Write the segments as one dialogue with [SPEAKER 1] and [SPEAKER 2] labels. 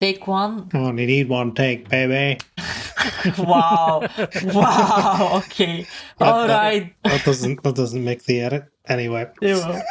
[SPEAKER 1] Take one.
[SPEAKER 2] Only Oh, need one take, baby.
[SPEAKER 1] Wow. wow. Okay. All
[SPEAKER 2] that-
[SPEAKER 1] right.
[SPEAKER 2] That doesn't that doesn't make the edit anyway.
[SPEAKER 1] Yeah.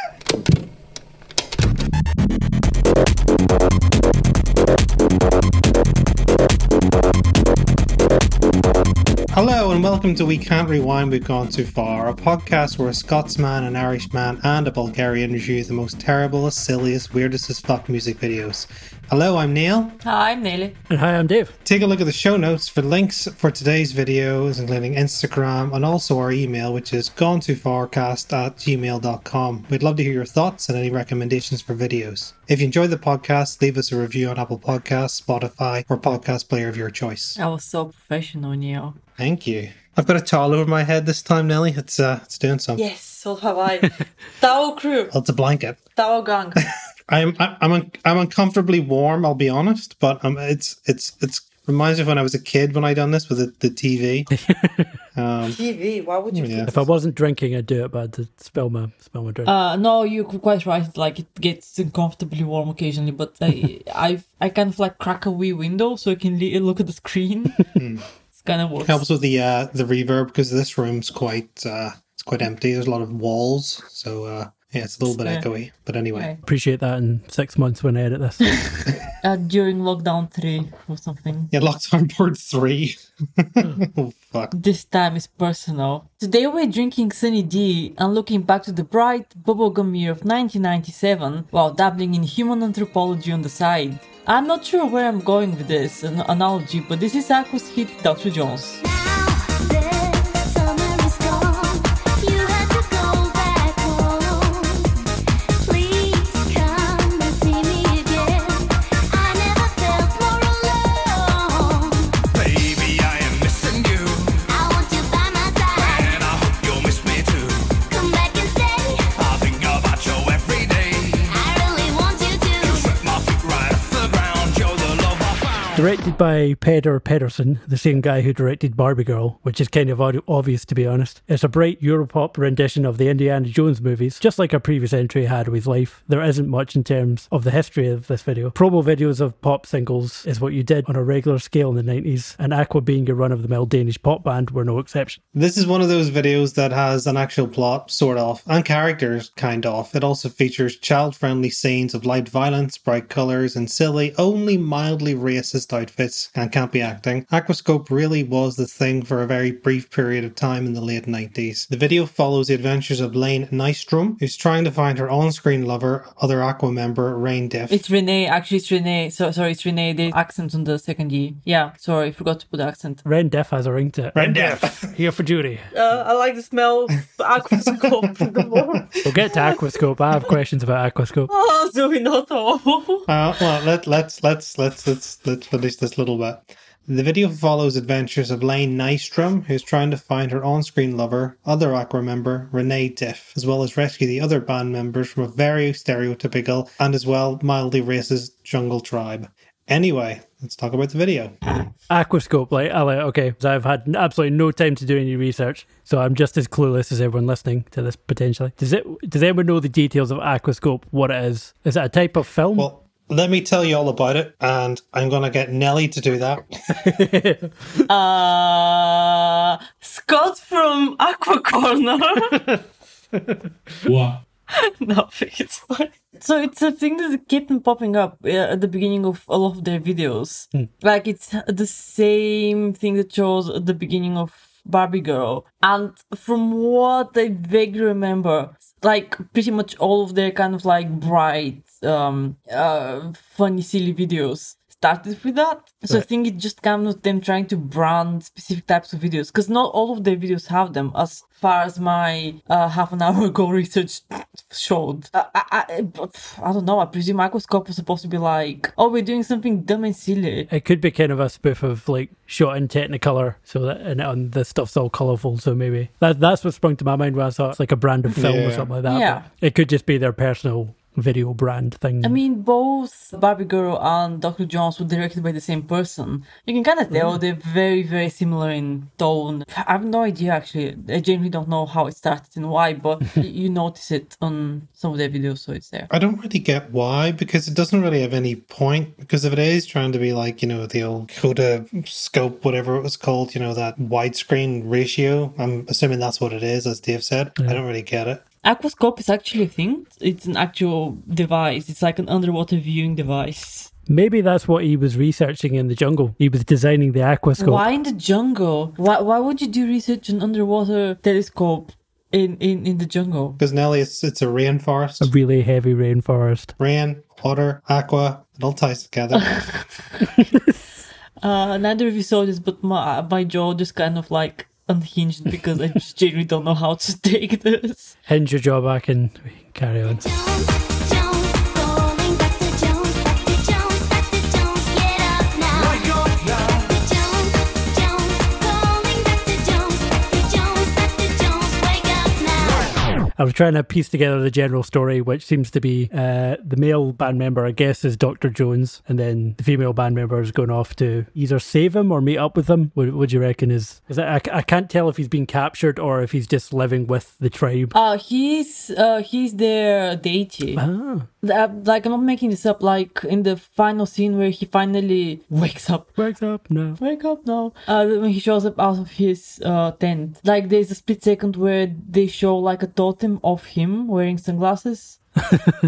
[SPEAKER 2] Hello and welcome to We Can't Rewind We've Gone Too Far, a podcast where a Scotsman, an Irishman, and a Bulgarian review the most terrible, silliest, weirdest as fuck music videos. Hello, I'm Neil.
[SPEAKER 1] Hi, I'm Nelly.
[SPEAKER 3] And hi, I'm Dave.
[SPEAKER 2] Take a look at the show notes for links for today's videos, including Instagram and also our email, which is gone too farcast at gmail.com. We'd love to hear your thoughts and any recommendations for videos. If you enjoyed the podcast, leave us a review on Apple Podcasts, Spotify, or podcast player of your choice.
[SPEAKER 1] I was so professional, Neil.
[SPEAKER 2] Thank you. I've got a towel over my head this time, Nelly. It's uh, it's doing something.
[SPEAKER 1] Yes, so have I. Tao crew.
[SPEAKER 2] Well, It's a blanket.
[SPEAKER 1] Tao gang.
[SPEAKER 2] I'm I'm I'm, un- I'm uncomfortably warm. I'll be honest, but um, it's it's it's reminds me of when I was a kid when I done this with the, the TV. um,
[SPEAKER 1] TV. Why would you?
[SPEAKER 2] yeah.
[SPEAKER 3] If I wasn't drinking, I'd do it, but I had to spill my, spill my drink.
[SPEAKER 1] Uh, no, you're quite right. Like it gets uncomfortably warm occasionally, but I, I, I kind of like crack a wee window so I can le- look at the screen. it's kind of works.
[SPEAKER 2] helps with the uh the reverb because this room's quite uh it's quite empty there's a lot of walls so uh yeah it's a little bit
[SPEAKER 1] Yeah.
[SPEAKER 2] echoey but anyway
[SPEAKER 1] Okay.
[SPEAKER 3] Appreciate that in six months when I edit this.
[SPEAKER 1] Uh, during lockdown three or something.
[SPEAKER 2] yeah lockdown board three. oh fuck
[SPEAKER 1] This time is personal. Today we're drinking Sunny D and looking back to the bright bubblegum year of 1997 while dabbling in human anthropology on the side. I'm not sure where I'm going with this an- analogy, but this is Aqua's hit Dr. Jones.
[SPEAKER 4] Baby, I am missing you, and I hope you'll miss me too. I think about you every day. You swept my feet right off the ground. You're the love I found.
[SPEAKER 3] directed by Peder Pedersen, the same guy who directed Barbie Girl, which is kind of od- obvious to be honest. It's a bright Europop rendition of the Indiana Jones movies, just like our previous entry had with Life. There isn't much in terms of the history of this video. Promo videos of pop singles is what you did on a regular scale in the 90s, and Aqua being a run of the mill Danish pop band were no exception.
[SPEAKER 2] this is one of those videos that has an actual plot sort of and characters kind of it also features child-friendly scenes of light violence bright colors and silly only mildly racist outfits and can't be acting aquascope really was the thing for a very brief period of time in the late 90s the video follows the adventures of lane nystrom who's trying to find her on-screen lover other aqua member rain diff
[SPEAKER 1] It's Renee, actually, it's Renee. So, sorry, it's Renee. The accent on the second E. Yeah, sorry, I forgot to put the accent.
[SPEAKER 3] Ren Diff has a ring to it.
[SPEAKER 2] Ren
[SPEAKER 3] Diff, here for duty.
[SPEAKER 1] Uh, I like the smell of Aquascope the more.
[SPEAKER 3] We'll get to Aquascope. I have questions about Aquascope.
[SPEAKER 1] Oh, so we not all.
[SPEAKER 2] Uh, well, let, let's let's let's let's let's finish this little bit. The video follows adventures of Lane Nystrom, who's trying to find her on-screen lover, other Aqua member Renee Diff, as well as rescue the other band members from a very stereotypical and as well mildly racist jungle tribe. Anyway, let's talk about the video.
[SPEAKER 3] Aquascope, like, I like, okay, so I've had absolutely no time to do any research, so I'm just as clueless as everyone listening to this potentially. Does it? Does anyone know the details of Aquascope? What it is? Is it a type of film?
[SPEAKER 2] Well, let me tell you all about it, and I'm gonna get Nelly to do that.
[SPEAKER 1] Uh, Scott from Aqua Corner.
[SPEAKER 5] What?
[SPEAKER 1] Nothing. It's fine. So it's a thing that kept on popping up uh, at the beginning of all of their videos. Like it's the same thing that shows at the beginning of Barbie Girl. And from what I vaguely remember, like pretty much all of their kind of like bright, um, uh, funny, silly videos started with that. So I think it just comes with them trying to brand specific types of videos because not all of their videos have them. As far as my uh, half an hour ago research showed, I, I, I, but I don't know. I presume Aquascope was supposed to be like, oh, we're doing something dumb and silly.
[SPEAKER 3] it could be kind of a spoof of like shot in Technicolor, so that and, and the stuff's all colourful. So maybe that that's what sprung to my mind when I saw it's like a brand of film
[SPEAKER 2] Yeah.
[SPEAKER 3] or something like that.
[SPEAKER 1] Yeah.
[SPEAKER 3] but It could just be their personal video brand thing.
[SPEAKER 1] I mean, both Barbie Girl and Dr. Jones were directed by the same person. You can kind of tell they're very, very similar in tone. I have no idea actually. I genuinely don't know how it started and why, but y- you notice it on some of their videos, so it's there.
[SPEAKER 2] I don't really get why, because it doesn't really have any point. Because if it is trying to be like, you know, the old Coda scope, whatever it was called, you know, that widescreen ratio, I'm assuming that's what it is, as Dave said. I don't really get it.
[SPEAKER 1] Aquascope is actually a thing. It's an actual device. It's like an underwater viewing device.
[SPEAKER 3] Maybe that's what he was researching in the jungle. He was designing the aquascope.
[SPEAKER 1] Why in the jungle? Why, why would you do research on underwater telescope in, in, in the jungle?
[SPEAKER 2] Because Nelly, it's, it's a rainforest.
[SPEAKER 3] A really heavy rainforest.
[SPEAKER 2] Rain, water, aqua, it all ties together.
[SPEAKER 1] Uh, neither of you saw this, but my, my jaw just kind of like unhinged because I just genuinely don't know how to take this.
[SPEAKER 3] Hinge your jaw back and we can carry on.
[SPEAKER 5] Jones, Jones, going back to Jones, back to Jones, back to Jones, get up now.
[SPEAKER 4] Wake up now.
[SPEAKER 5] Jones, Jones, going back to Jones, back to Jones, back to Jones, wake up now.
[SPEAKER 3] I was trying to piece together the general story, which seems to be uh, the male band member, I guess, is Dr. Jones, and then the female band member is going off to either save him or meet up with him. What would you reckon is. is that, I, c- I can't tell if he's been captured or if he's just living with the tribe.
[SPEAKER 1] Uh, he's uh, he's their deity.
[SPEAKER 3] Ah,
[SPEAKER 1] Uh, like I'm not making this up. Like in the final scene where he finally wakes up.
[SPEAKER 3] wakes up now.
[SPEAKER 1] Wake up now! Uh, when he shows up out of his uh, tent, like there's a split second where they show like a totem of him wearing sunglasses.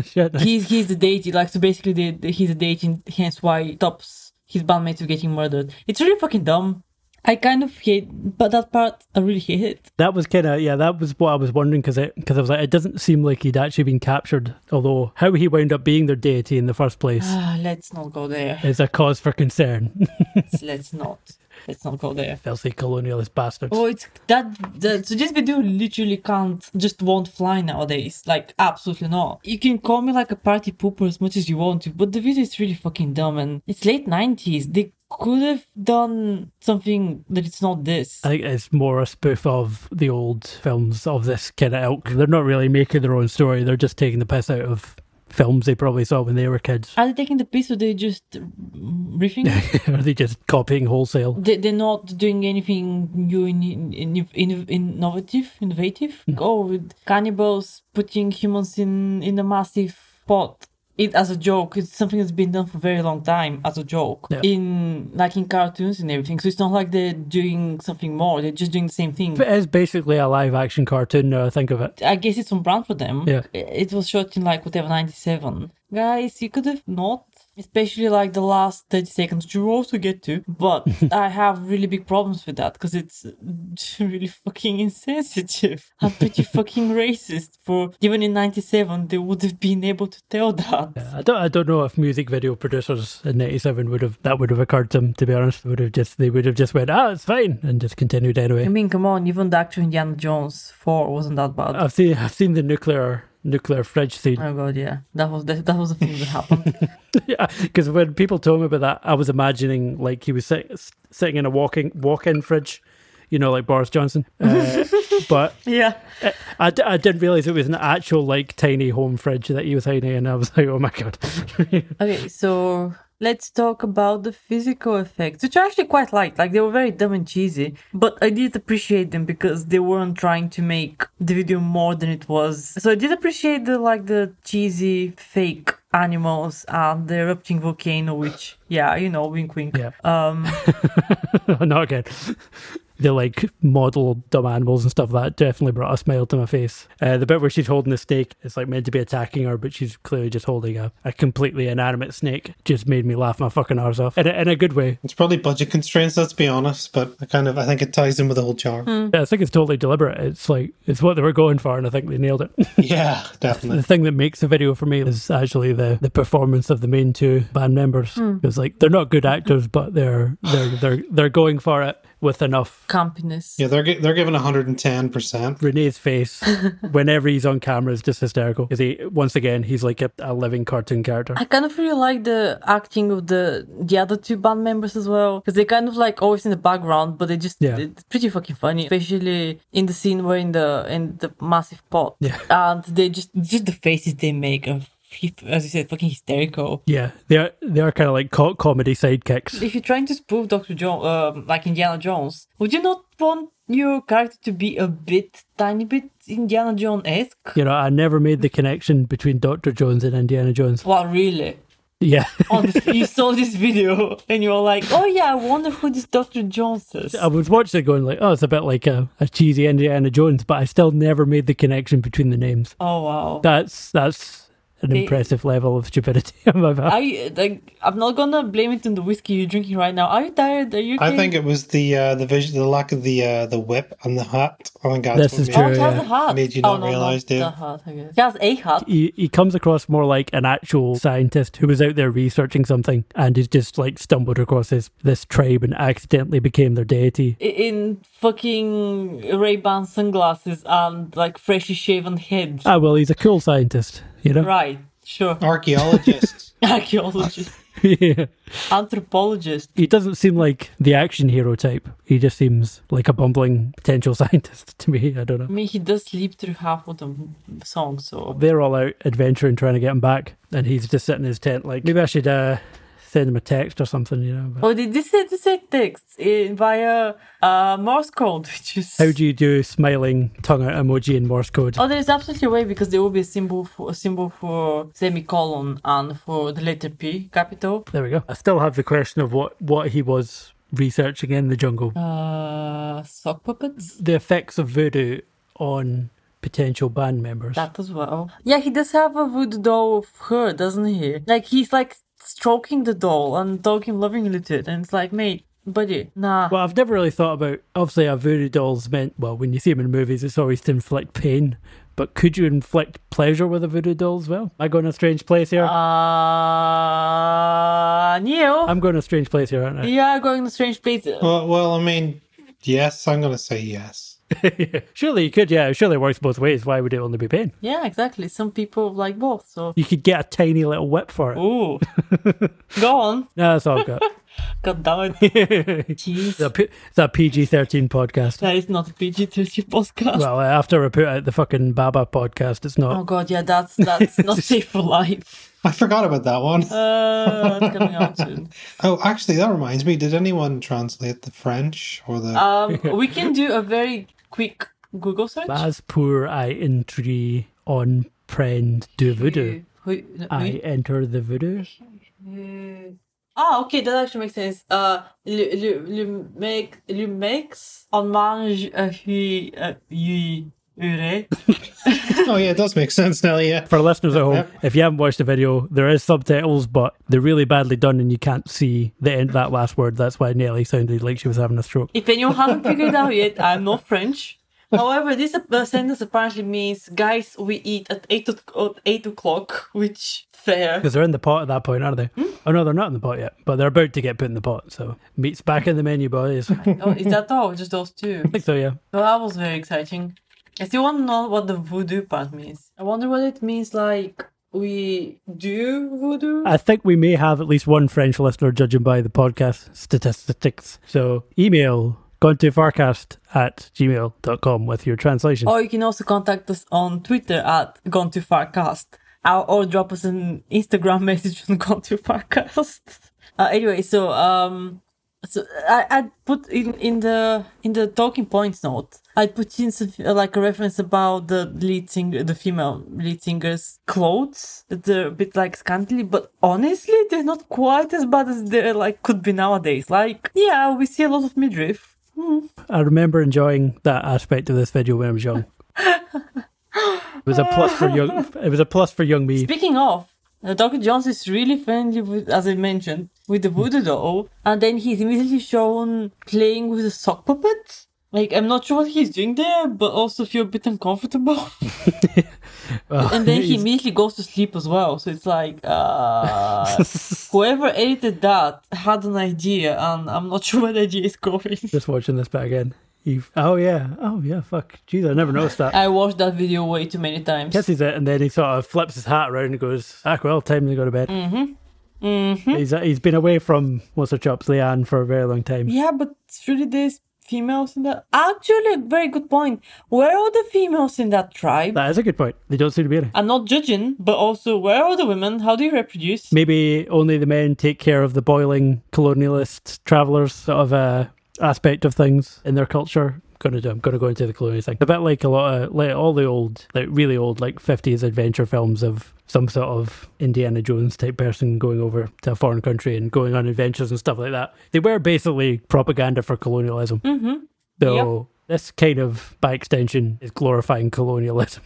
[SPEAKER 3] Shit, nice.
[SPEAKER 1] he's he's the deity. Like so, basically, the, the- he's a deity, and hence why tops his bandmates were getting murdered. It's really fucking dumb. I kind of hate, but that part I really hate it.
[SPEAKER 3] That was kind of yeah. That was what I was wondering because because I was like, it doesn't seem like he'd actually been captured. Although how he wound up being their deity in the first place
[SPEAKER 1] Ah, let's not go there.
[SPEAKER 3] is a cause for concern.
[SPEAKER 1] Let's- let's not. Let's not go there.
[SPEAKER 3] Filthy colonialist bastards.
[SPEAKER 1] Oh, it's that, that. So this video literally can't, just won't fly nowadays. Like, absolutely not. You can call me like a party pooper as much as you want to, but the video is really fucking dumb and it's late 90s. They could have done something that it's not this.
[SPEAKER 3] I think it's more a spoof of the old films of this kind of ilk. They're not really making their own story. They're just taking the piss out of films they probably saw when they were kids.
[SPEAKER 1] Are they taking the piss or they just riffing?
[SPEAKER 3] Are they just copying wholesale?
[SPEAKER 1] they, they're not doing anything new in, in, in, in- innovative innovative go with cannibals putting humans in in a massive pot it as a joke it's something that's been done for a very long time as a joke
[SPEAKER 3] Yeah.
[SPEAKER 1] in like in cartoons and everything so it's not like they're doing something more they're just doing the same thing
[SPEAKER 3] It is basically a live action cartoon now I think of it.
[SPEAKER 1] I guess it's on brand for them.
[SPEAKER 3] Yeah.
[SPEAKER 1] It was shot in like whatever 97. Guys, you could have not, especially like the last 30 seconds, which you also get to. But I have really big problems with that because it's really fucking insensitive. I'm pretty fucking racist for even in 97, they would have been able to tell that.
[SPEAKER 3] I don't I don't know if music video producers in ninety seven would have that would have occurred to them, to be honest. Would have just they would have just went, Ah, it's fine and just continued anyway.
[SPEAKER 1] I mean, come on, even the actual Indiana Jones 4 wasn't that bad.
[SPEAKER 3] I've seen I've seen the nuclear nuclear fridge scene.
[SPEAKER 1] Oh god, yeah, that was that, that was the thing that happened.
[SPEAKER 3] Yeah, because when people told me about that, I was imagining like he was sit- sitting in a walking walk-in fridge, you know, like Boris Johnson. Uh, but
[SPEAKER 1] yeah,
[SPEAKER 3] I, d- I didn't realize it was an actual like tiny home fridge that he was hiding in. I was like, oh my god.
[SPEAKER 1] Okay, so let's talk about the physical effects, which I actually quite liked. Like they were very dumb and cheesy, but I did appreciate them because they weren't trying to make the video more than it was. So I did appreciate the like the cheesy fake animals and the erupting volcano, which yeah, you know, wink wink.
[SPEAKER 3] Yeah.
[SPEAKER 1] Um,
[SPEAKER 3] Not again. The like model dumb animals and stuff that definitely brought a smile to my face. Uh, the bit where she's holding the snake, it's like meant to be attacking her, but she's clearly just holding a, a completely inanimate snake. Just made me laugh my fucking arse off in a, in a good way.
[SPEAKER 2] it's probably budget constraints, let's be honest, but I kind of, I think it ties in with the whole charm.
[SPEAKER 3] Yeah, I think it's totally deliberate. It's like it's what they were going for, and I think they nailed it.
[SPEAKER 2] Yeah,
[SPEAKER 3] the
[SPEAKER 2] definitely.
[SPEAKER 3] thing that makes the video for me is actually the, the performance of the main two band members. Because like they're not good actors, but they're they're they're they're going for it with enough.
[SPEAKER 1] campiness.
[SPEAKER 2] Yeah, they're, gi- they're giving 110%.
[SPEAKER 3] Renee's face whenever he's on camera is just hysterical. Because he once again he's like a, a living cartoon character.
[SPEAKER 1] I kind of really like the acting of the the other two band members as well because they're kind of like always in the background, but they just
[SPEAKER 3] Yeah.
[SPEAKER 1] it's pretty fucking funny, especially in the scene where in the in the massive pot.
[SPEAKER 3] Yeah.
[SPEAKER 1] and they just just the faces they make are he- as you said, fucking hysterical.
[SPEAKER 3] Yeah, they are they are kind of like co- comedy sidekicks.
[SPEAKER 1] If you're trying to spoof Doctor Jones, um, like Indiana Jones, would you not want your character to be a bit, tiny bit Indiana Jones esque?
[SPEAKER 3] You know, I never made the connection between Doctor Jones and Indiana Jones.
[SPEAKER 1] Well, really?
[SPEAKER 3] Yeah,
[SPEAKER 1] Honestly, you saw this video and you were like, oh yeah, I wonder who this Doctor Jones is.
[SPEAKER 3] I was watching it going like, oh, it's a bit like a, a cheesy Indiana Jones, but I still never made the connection between the names.
[SPEAKER 1] Oh wow.
[SPEAKER 3] That's that's an
[SPEAKER 1] It-
[SPEAKER 3] impressive level of stupidity on my part.
[SPEAKER 1] Are you, like, I'm not gonna blame it on the whiskey you're drinking right now. Are you tired? Are you?
[SPEAKER 2] I
[SPEAKER 1] okay?
[SPEAKER 2] think it was the uh, the vision, the lack of the uh, the whip and the hat. I think that's
[SPEAKER 3] This
[SPEAKER 2] what
[SPEAKER 3] is
[SPEAKER 2] made-
[SPEAKER 1] Oh,
[SPEAKER 3] true.
[SPEAKER 1] it
[SPEAKER 3] Yeah,
[SPEAKER 1] has
[SPEAKER 3] yeah.
[SPEAKER 1] a hat.
[SPEAKER 2] Made you
[SPEAKER 1] oh,
[SPEAKER 2] not
[SPEAKER 1] no,
[SPEAKER 2] realise,
[SPEAKER 1] not
[SPEAKER 2] did
[SPEAKER 1] the
[SPEAKER 2] it?
[SPEAKER 1] hat, I guess. He has a hat.
[SPEAKER 3] He, he comes across more like an actual scientist who was out there researching something and he's just like stumbled across this, this tribe and accidentally became their deity.
[SPEAKER 1] in fucking Ray Ban sunglasses and like freshly shaven head.
[SPEAKER 3] Ah, well, he's a cool scientist, you know?
[SPEAKER 1] right, sure.
[SPEAKER 2] Archaeologists.
[SPEAKER 1] Archaeologist,
[SPEAKER 3] yeah.
[SPEAKER 1] anthropologist.
[SPEAKER 3] He doesn't seem like the action hero type. He just seems like a bumbling potential scientist to me. I don't
[SPEAKER 1] I
[SPEAKER 3] know.
[SPEAKER 1] mean, he does sleep through half of the m- song, so
[SPEAKER 3] They're all out adventuring, trying to get him back, and he's just sitting in his tent, like, maybe I should uh, send him a text or something, you know? But
[SPEAKER 1] oh, they did say they said texts in, via uh, Morse code, which is
[SPEAKER 3] how do you do smiling tongue out emoji in Morse code?
[SPEAKER 1] Oh, there's absolutely a way because there will be a symbol for a symbol for semicolon and for the letter P capital.
[SPEAKER 3] There we go. I still have the question of what, what he was researching in the jungle.
[SPEAKER 1] Uh, sock puppets.
[SPEAKER 3] the effects of voodoo on potential band members.
[SPEAKER 1] That as well. Yeah, he does have a voodoo doll of her, doesn't he? Like he's like stroking the doll and talking lovingly to it, and it's like, mate, buddy, nah.
[SPEAKER 3] well, I've never really thought about. Obviously, a voodoo doll's meant. Well, when you see them in movies, it's always to inflict pain. But could you inflict pleasure with a voodoo doll as well? Am I going a strange place here?
[SPEAKER 1] Uh, Neil,
[SPEAKER 3] I'm going a strange place here, aren't I?
[SPEAKER 1] you are going to strange places.
[SPEAKER 2] well, well, I mean, yes, I'm gonna say yes.
[SPEAKER 3] Surely you could, yeah. Surely it works both ways. Why would it only be pain?
[SPEAKER 1] yeah, exactly. Some people like both, so.
[SPEAKER 3] You could get a tiny little whip for it.
[SPEAKER 1] Ooh. Go on.
[SPEAKER 3] No, that's all I've got.
[SPEAKER 1] God damn it. Jeez.
[SPEAKER 3] The P- It's a PG 13 podcast.
[SPEAKER 1] That is not a PG 13 podcast.
[SPEAKER 3] Well, uh, after I put out the fucking Baba podcast, it's
[SPEAKER 1] oh,
[SPEAKER 3] not.
[SPEAKER 1] God, yeah, that's that's not safe for life.
[SPEAKER 2] I forgot about that one.
[SPEAKER 1] Uh, that's coming out soon.
[SPEAKER 2] oh, actually, that reminds me. Did anyone translate the French or the?
[SPEAKER 1] Um, we can do a very quick Google search.
[SPEAKER 3] As poor I entry on prend du voodoo.
[SPEAKER 1] Who- no,
[SPEAKER 3] I
[SPEAKER 1] who-
[SPEAKER 3] enter the voodoo.
[SPEAKER 1] Ah, okay, that actually makes sense. Uh, le, le, le mec, le mex, on mange, uh, he, uh, you, ure.
[SPEAKER 2] oh yeah, it does make sense now. Yeah.
[SPEAKER 3] For listeners at home,
[SPEAKER 2] Yep.
[SPEAKER 3] if you haven't watched the video, there is subtitles, but they're really badly done, and you can't see the end that last word. That's why Nelly sounded like she was having a stroke.
[SPEAKER 1] If anyone hasn't figured it out yet, I'm not French. However, this uh, sentence apparently means, guys, we eat at 8, o- at 8 o'clock, which, fair.
[SPEAKER 3] Because they're in the pot at that point, aren't they? Oh no, they're not in the pot yet, but they're about to get put in the pot. So meat's back in the menu, boys. I
[SPEAKER 1] Oh, is that all? Just those two?
[SPEAKER 3] think so, yeah.
[SPEAKER 1] Well, that was very exciting. I still want to know what the voodoo part means. I wonder what it means, like, we do voodoo?
[SPEAKER 3] I think we may have at least one French listener, judging by the podcast statistics. So email gone to farcast at gmail.com with your translation.
[SPEAKER 1] Or you can also contact us on Twitter at Gone Too Farcast. Or, or drop us an Instagram message on Gone Too Farcast. Uh, anyway, so um, so I I put in in the in the talking points note. I put in some, uh, like a reference about the lead singer, the female lead singer's clothes. that They're a bit like scantily, but honestly, they're not quite as bad as they like could be nowadays. Like, yeah, we see a lot of midriff.
[SPEAKER 3] I remember enjoying that aspect of this video when I was young. it was a plus for young. It was a plus for young me.
[SPEAKER 1] Speaking of, uh, Dr. Jones is really friendly with, as I mentioned, with the voodoo doll, and then he's immediately shown playing with a sock puppet. Like, I'm not sure what he's doing there, but also feel a bit uncomfortable. and then he immediately goes to sleep as well. So it's like, uh, whoever edited that had an idea, and I'm not sure where the idea is going.
[SPEAKER 3] Just watching this back again. He, oh yeah, oh yeah, fuck, jeez, I never noticed that.
[SPEAKER 1] I watched that video way too many times.
[SPEAKER 3] Kisses it, and then he sort of flips his hat around and goes, "Ah, well, time to go to bed." uh, Mm-hmm. Mm-hmm. He's he's been away from what's her chops, Leanne, for a very long time.
[SPEAKER 1] Yeah, but surely there's females in that? Actually, very good point. Where are the females in that tribe?
[SPEAKER 3] That is a good point. They don't seem to be any.
[SPEAKER 1] I'm not judging, but also where are the women? How do you reproduce?
[SPEAKER 3] Maybe only the men take care of the boiling colonialist travelers sort of uh, aspect of things in their culture. Gonna do. I'm gonna go into the colonial thing. A bit like a lot of like all the old, like really old, like 50s adventure films of some sort of Indiana Jones type person going over to a foreign country and going on adventures and stuff like that. They were basically propaganda for colonialism. Mm-hmm. Though this kind of, by extension, is glorifying colonialism.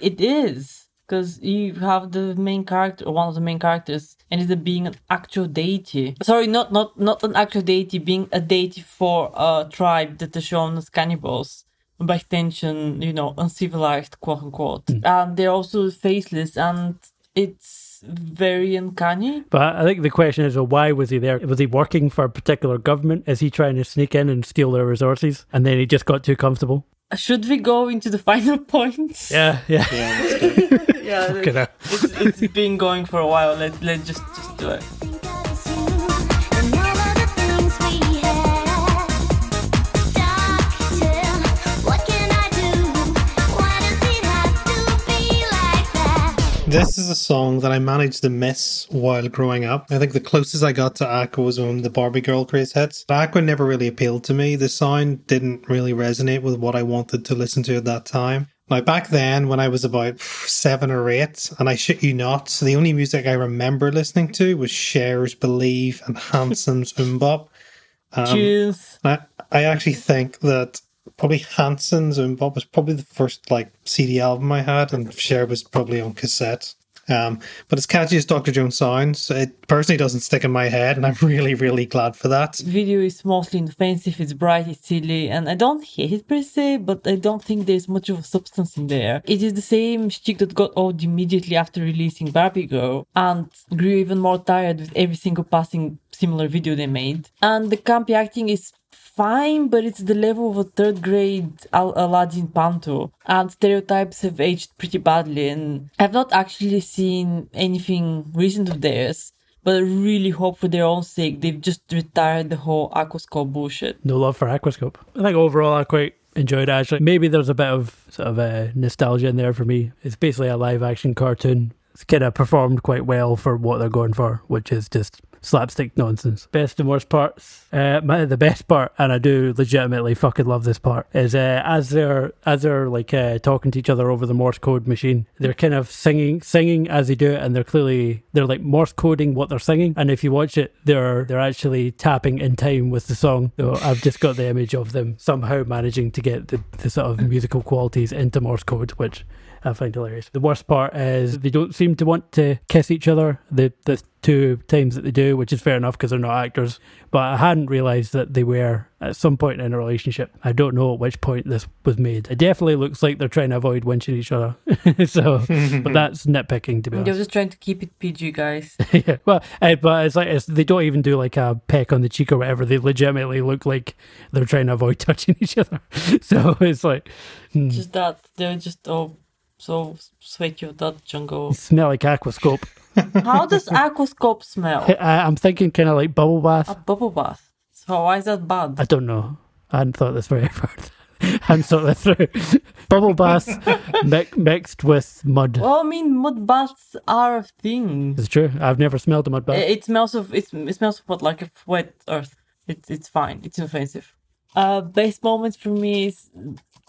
[SPEAKER 1] It is. Because you have the main character, one of the main characters, and it's being an actual deity. Sorry, not not not an actual deity, being a deity for a tribe that is shown as cannibals. By extension, you know, uncivilized, quote unquote. And they're also faceless, and it's very uncanny.
[SPEAKER 3] But I think the question is, well, why was he there? Was he working for a particular government? Is he trying to sneak in and steal their resources? And then he just got too comfortable?
[SPEAKER 1] Should we go into the final points?
[SPEAKER 3] Yeah, yeah.
[SPEAKER 2] Yeah,
[SPEAKER 1] yeah
[SPEAKER 3] Fucking hell.
[SPEAKER 1] it's, it's been going for a while. Let let just just do it.
[SPEAKER 5] Think of us you and all of the things we had. Doctor, what can I do? Why does it have to be like that?
[SPEAKER 2] This is a song that I managed to miss while growing up. I think the closest I got to Aqua was when the Barbie Girl craze hits. But Aqua never really appealed to me. The sound didn't really resonate with what I wanted to listen to at that time. Now, back then, when I was about seven or eight, and I shit you not, the only music I remember listening to was Cher's Believe and Handsome's Umbop.
[SPEAKER 1] Cheers.
[SPEAKER 2] I, I actually think that probably Hanson's and Bob was probably the first like CD album I had, and Cher was probably on cassette. Um, but as catchy as Dr. Jones sounds, it personally doesn't stick in my head, and I'm really, really glad for that.
[SPEAKER 1] Video is mostly inoffensive, it's bright, it's silly, and I don't hate it per se, but I don't think there's much of a substance in there. It is the same chick that got old immediately after releasing Barbie Girl and grew even more tired with every single passing similar video they made. And the campy acting is fine, but it's the level of a third grade Al- Aladdin Panto. And stereotypes have aged pretty badly, and I've not actually seen anything recent of theirs. But I really hope for their own sake they've just retired the whole Aquascore bullshit.
[SPEAKER 3] no love for Aquascope. I think overall I quite enjoyed it, actually. Maybe there's a bit of sort of uh, nostalgia in there for me. It's basically a live action cartoon. It's kind of performed quite well for what they're going for, which is just slapstick nonsense. Best and worst parts. Uh, my, the best part, and I do legitimately fucking love this part, is uh, as they're as they're like uh, talking to each other over the Morse code machine. They're kind of singing singing as they do it, and they're clearly they're like Morse coding what they're singing. And if you watch it, they're they're actually tapping in time with the song. So I've just got the image of them somehow managing to get the, the sort of musical qualities into Morse code, which I find hilarious. The worst part is they don't seem to want to kiss each other the the two times that they do, which is fair enough because they're not actors. But I hadn't realised that they were at some point in a relationship. I don't know at which point this was made. It definitely looks like they're trying to avoid winching each other. so, but that's nitpicking to be
[SPEAKER 1] They're
[SPEAKER 3] honest.
[SPEAKER 1] just trying to keep it PG, guys.
[SPEAKER 3] yeah. Well, eh, but it's like it's, they don't even do like a peck on the cheek or whatever. They legitimately look like they're trying to avoid touching each other. so it's like
[SPEAKER 1] just that they're just all so sweaty of that jungle.
[SPEAKER 3] smell like aquascope.
[SPEAKER 1] How does Aquascope smell?
[SPEAKER 3] I, I'm thinking kind of like bubble bath.
[SPEAKER 1] A bubble bath. So why is that bad?
[SPEAKER 3] I don't know. I hadn't thought this very hard. hadn't thought this through. Bubble bath mi- mixed with mud.
[SPEAKER 1] Well, I mean, mud baths are a thing.
[SPEAKER 3] It's true. I've never smelled a mud bath.
[SPEAKER 1] It, it smells of it, it smells of what like a wet earth. It's it's fine. It's inoffensive. Uh, best moment for me is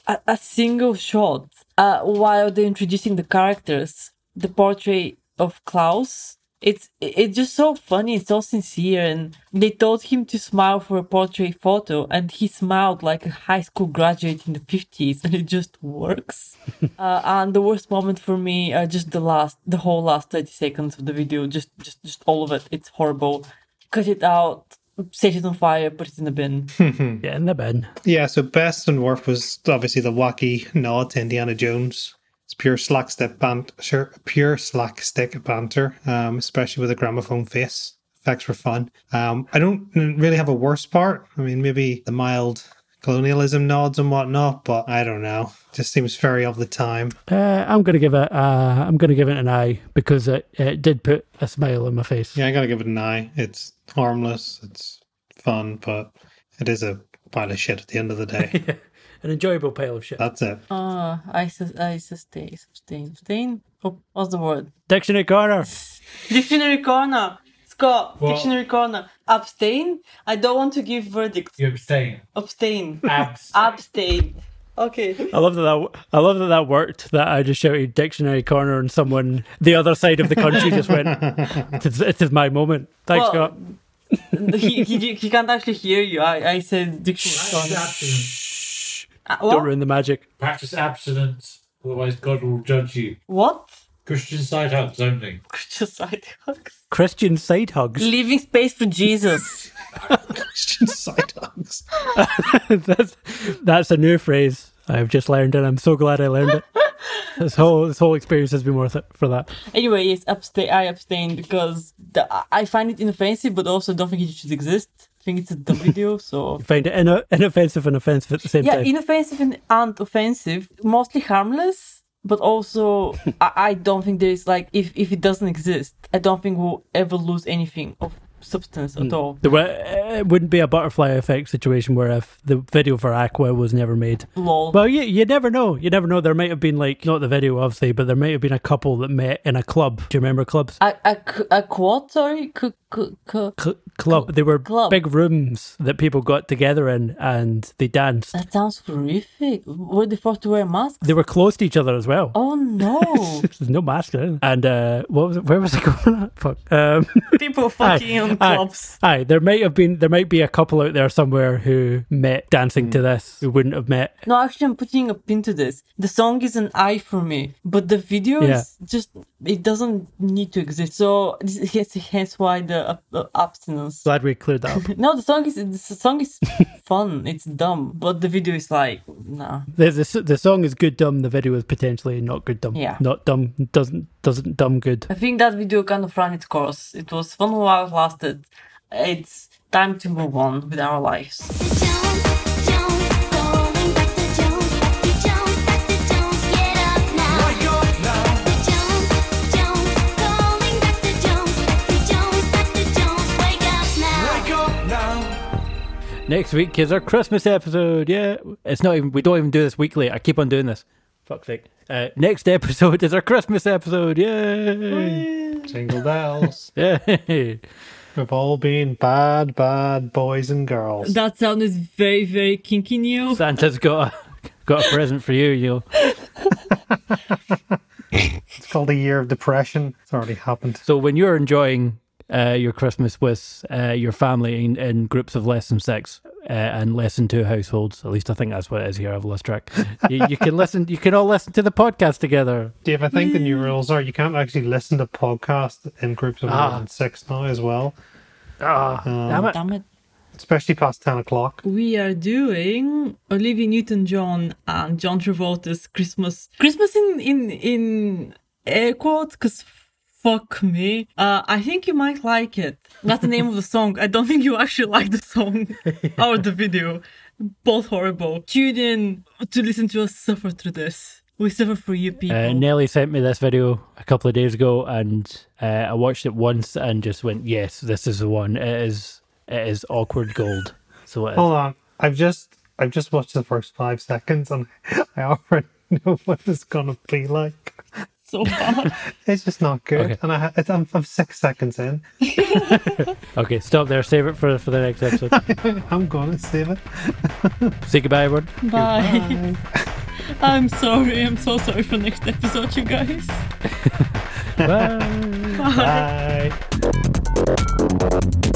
[SPEAKER 1] a, a single shot. Uh, while they're introducing the characters, the portrait of Klaus. It's it's just so funny. It's so sincere, and they told him to smile for a portrait photo, and he smiled like a high school graduate in the fifties, and it just works. Uh, and the worst moment for me are just the last, the whole last thirty seconds of the video. Just, just, just all of it. It's horrible. Cut it out. Set it on fire. Put it in the bin.
[SPEAKER 3] yeah, in the bin.
[SPEAKER 2] Yeah, so best and worst was obviously the wacky nod to Indiana Jones. It's pure slackstick banter, pure slackstick banter, um, especially with a gramophone face. Effects were fun. Um, I don't really have a worst part. I mean, maybe the mild colonialism nods and whatnot, but I don't know. Just seems very of the time.
[SPEAKER 3] Uh, I'm gonna give it. Uh, I'm gonna give it an eye because it, it did put a smile on my face.
[SPEAKER 2] Yeah, I gotta give it an eye. It's harmless. It's fun, but it is a pile of shit at the end of the day.
[SPEAKER 3] An enjoyable pile of shit.
[SPEAKER 2] That's it.
[SPEAKER 1] Uh, I, sus- I sustain, sustain, sustain. Oh, what's the word?
[SPEAKER 3] Dictionary corner.
[SPEAKER 1] Dictionary corner. Scott,
[SPEAKER 6] What?
[SPEAKER 1] dictionary corner. Abstain? I don't want to give verdicts.
[SPEAKER 6] You abstain.
[SPEAKER 1] Abstain.
[SPEAKER 6] Abs.
[SPEAKER 1] Abstain. Okay.
[SPEAKER 3] I love that, that. I love that that worked. That I just shouted "dictionary corner" and someone the other side of the country just went. This, this is my moment. Thanks,
[SPEAKER 1] Well,
[SPEAKER 3] Scott.
[SPEAKER 1] he, he, he can't actually hear you. I, I said dictionary
[SPEAKER 6] Practice
[SPEAKER 1] corner.
[SPEAKER 6] abstinence.
[SPEAKER 1] Uh,
[SPEAKER 3] Don't
[SPEAKER 1] what?
[SPEAKER 3] ruin the magic.
[SPEAKER 6] Practice abstinence, otherwise God will judge you.
[SPEAKER 1] what?
[SPEAKER 6] Christian side hugs only.
[SPEAKER 1] Just side hugs.
[SPEAKER 3] Christian side hugs.
[SPEAKER 1] Leaving space for Jesus.
[SPEAKER 2] Christian side hugs.
[SPEAKER 3] that's, that's a new phrase I have just learned, and I'm so glad I learned it. This whole this whole experience has been worth it for that.
[SPEAKER 1] anyway, yes, abstain. I abstain because the, I find it inoffensive, but also don't think it should exist. I think it's a dumb video, so.
[SPEAKER 3] Find it ino- inoffensive and offensive at the same
[SPEAKER 1] Yeah,
[SPEAKER 3] time.
[SPEAKER 1] inoffensive and, and offensive, mostly harmless, but also I, I don't think there is like if if it doesn't exist, I don't think we'll ever lose anything of substance at all.
[SPEAKER 3] There were, it uh, wouldn't be a butterfly effect situation where if the video for Aqua was never made,
[SPEAKER 1] Lol.
[SPEAKER 3] Well, you, you never know. You never know. There might have been, like, not the video, obviously, but there might have been a couple that met in a club. Do you remember clubs?
[SPEAKER 1] a, a, c- a quad, sorry? C- c- c-
[SPEAKER 3] Cl- club. They were
[SPEAKER 1] Club.
[SPEAKER 3] big rooms that people got together in and they danced.
[SPEAKER 1] that sounds horrific. Were they forced to wear masks?
[SPEAKER 3] They were close to each other as well.
[SPEAKER 1] Oh no!
[SPEAKER 3] There's no mask there. And uh, what was it? Where was I going? At? Fuck. Um,
[SPEAKER 1] People
[SPEAKER 3] aye,
[SPEAKER 1] fucking on
[SPEAKER 3] aye,
[SPEAKER 1] clubs.
[SPEAKER 3] Aye, there might have been. There might be a couple out there somewhere who met dancing to this who wouldn't have met.
[SPEAKER 1] No, actually, I'm putting a pin to this. The song is an eye for me, but the video
[SPEAKER 3] Yeah.
[SPEAKER 1] is just, it doesn't need to exist. So, this is hence, hence why the ab- uh, abstinence.
[SPEAKER 3] Glad we cleared that up.
[SPEAKER 1] No, the song is the song is fun. It's dumb, but the video is like nah.
[SPEAKER 3] the, the, s- the song is good dumb. The video is potentially not good dumb.
[SPEAKER 1] Yeah.
[SPEAKER 3] Not dumb. Doesn't doesn't dumb good.
[SPEAKER 1] I think that video kind of ran its course. It was fun while it lasted. It's time to move on with our lives.
[SPEAKER 5] Jones, Jones, going back to Jones, back to Jones, back to Jones, get up now.
[SPEAKER 4] Wake up now.
[SPEAKER 5] Jones, Jones, going back to Jones, back to Jones, back to Jones, wake up now.
[SPEAKER 4] Wake up now.
[SPEAKER 3] Next week is our Christmas episode. Yeah, it's not even. We don't even do this weekly. I keep on doing this. Fuck's sake. Uh, next episode is our Christmas episode. Yay!
[SPEAKER 2] Jingle bells.
[SPEAKER 3] Yay!
[SPEAKER 2] We've all been bad, bad boys and girls.
[SPEAKER 1] That sound is very very kinky new.
[SPEAKER 3] Santa's got a, got a present for you. You.
[SPEAKER 2] It's called a year of depression. It's already happened.
[SPEAKER 3] So when you're enjoying uh, your Christmas with uh, your family in, in groups of less than six uh, and less than two households, at least I think that's what it is here. I've lost track. you, you can listen. You can all listen to the podcast together.
[SPEAKER 2] Dave, I think the new
[SPEAKER 3] Mm.
[SPEAKER 2] rules are you can't actually listen to podcasts in groups of
[SPEAKER 3] Ah.
[SPEAKER 2] more than six now as well,
[SPEAKER 3] Ah, damn it.
[SPEAKER 1] Damn it.
[SPEAKER 2] especially past 10 o'clock.
[SPEAKER 1] We are doing Olivia Newton-John and John Travolta's Christmas. Christmas in in in air quotes, cause fuck me. Uh, I think you might like it. That's the name of the song. I don't think you actually like the song or the video. Both horrible. Tune in to listen to us suffer through this. We suffer for you people.
[SPEAKER 3] Uh, Nelly sent me this video a couple of days ago, and uh, I watched it once and just went, "Yes, this is the one. It is. It is awkward gold." So it is.
[SPEAKER 2] Hold on. I've just I've just watched the first five seconds and I already know what it's going to be like.
[SPEAKER 1] so bad.
[SPEAKER 2] It's just not good.
[SPEAKER 3] Okay.
[SPEAKER 2] And I, ha- it's, I'm, I'm six seconds in.
[SPEAKER 3] okay, stop there. Save it for for the next episode.
[SPEAKER 2] I'm going to save it.
[SPEAKER 3] Say goodbye, everyone.
[SPEAKER 1] Bye. I'm sorry. I'm so sorry for next episode, you guys.
[SPEAKER 3] Bye.
[SPEAKER 2] Bye.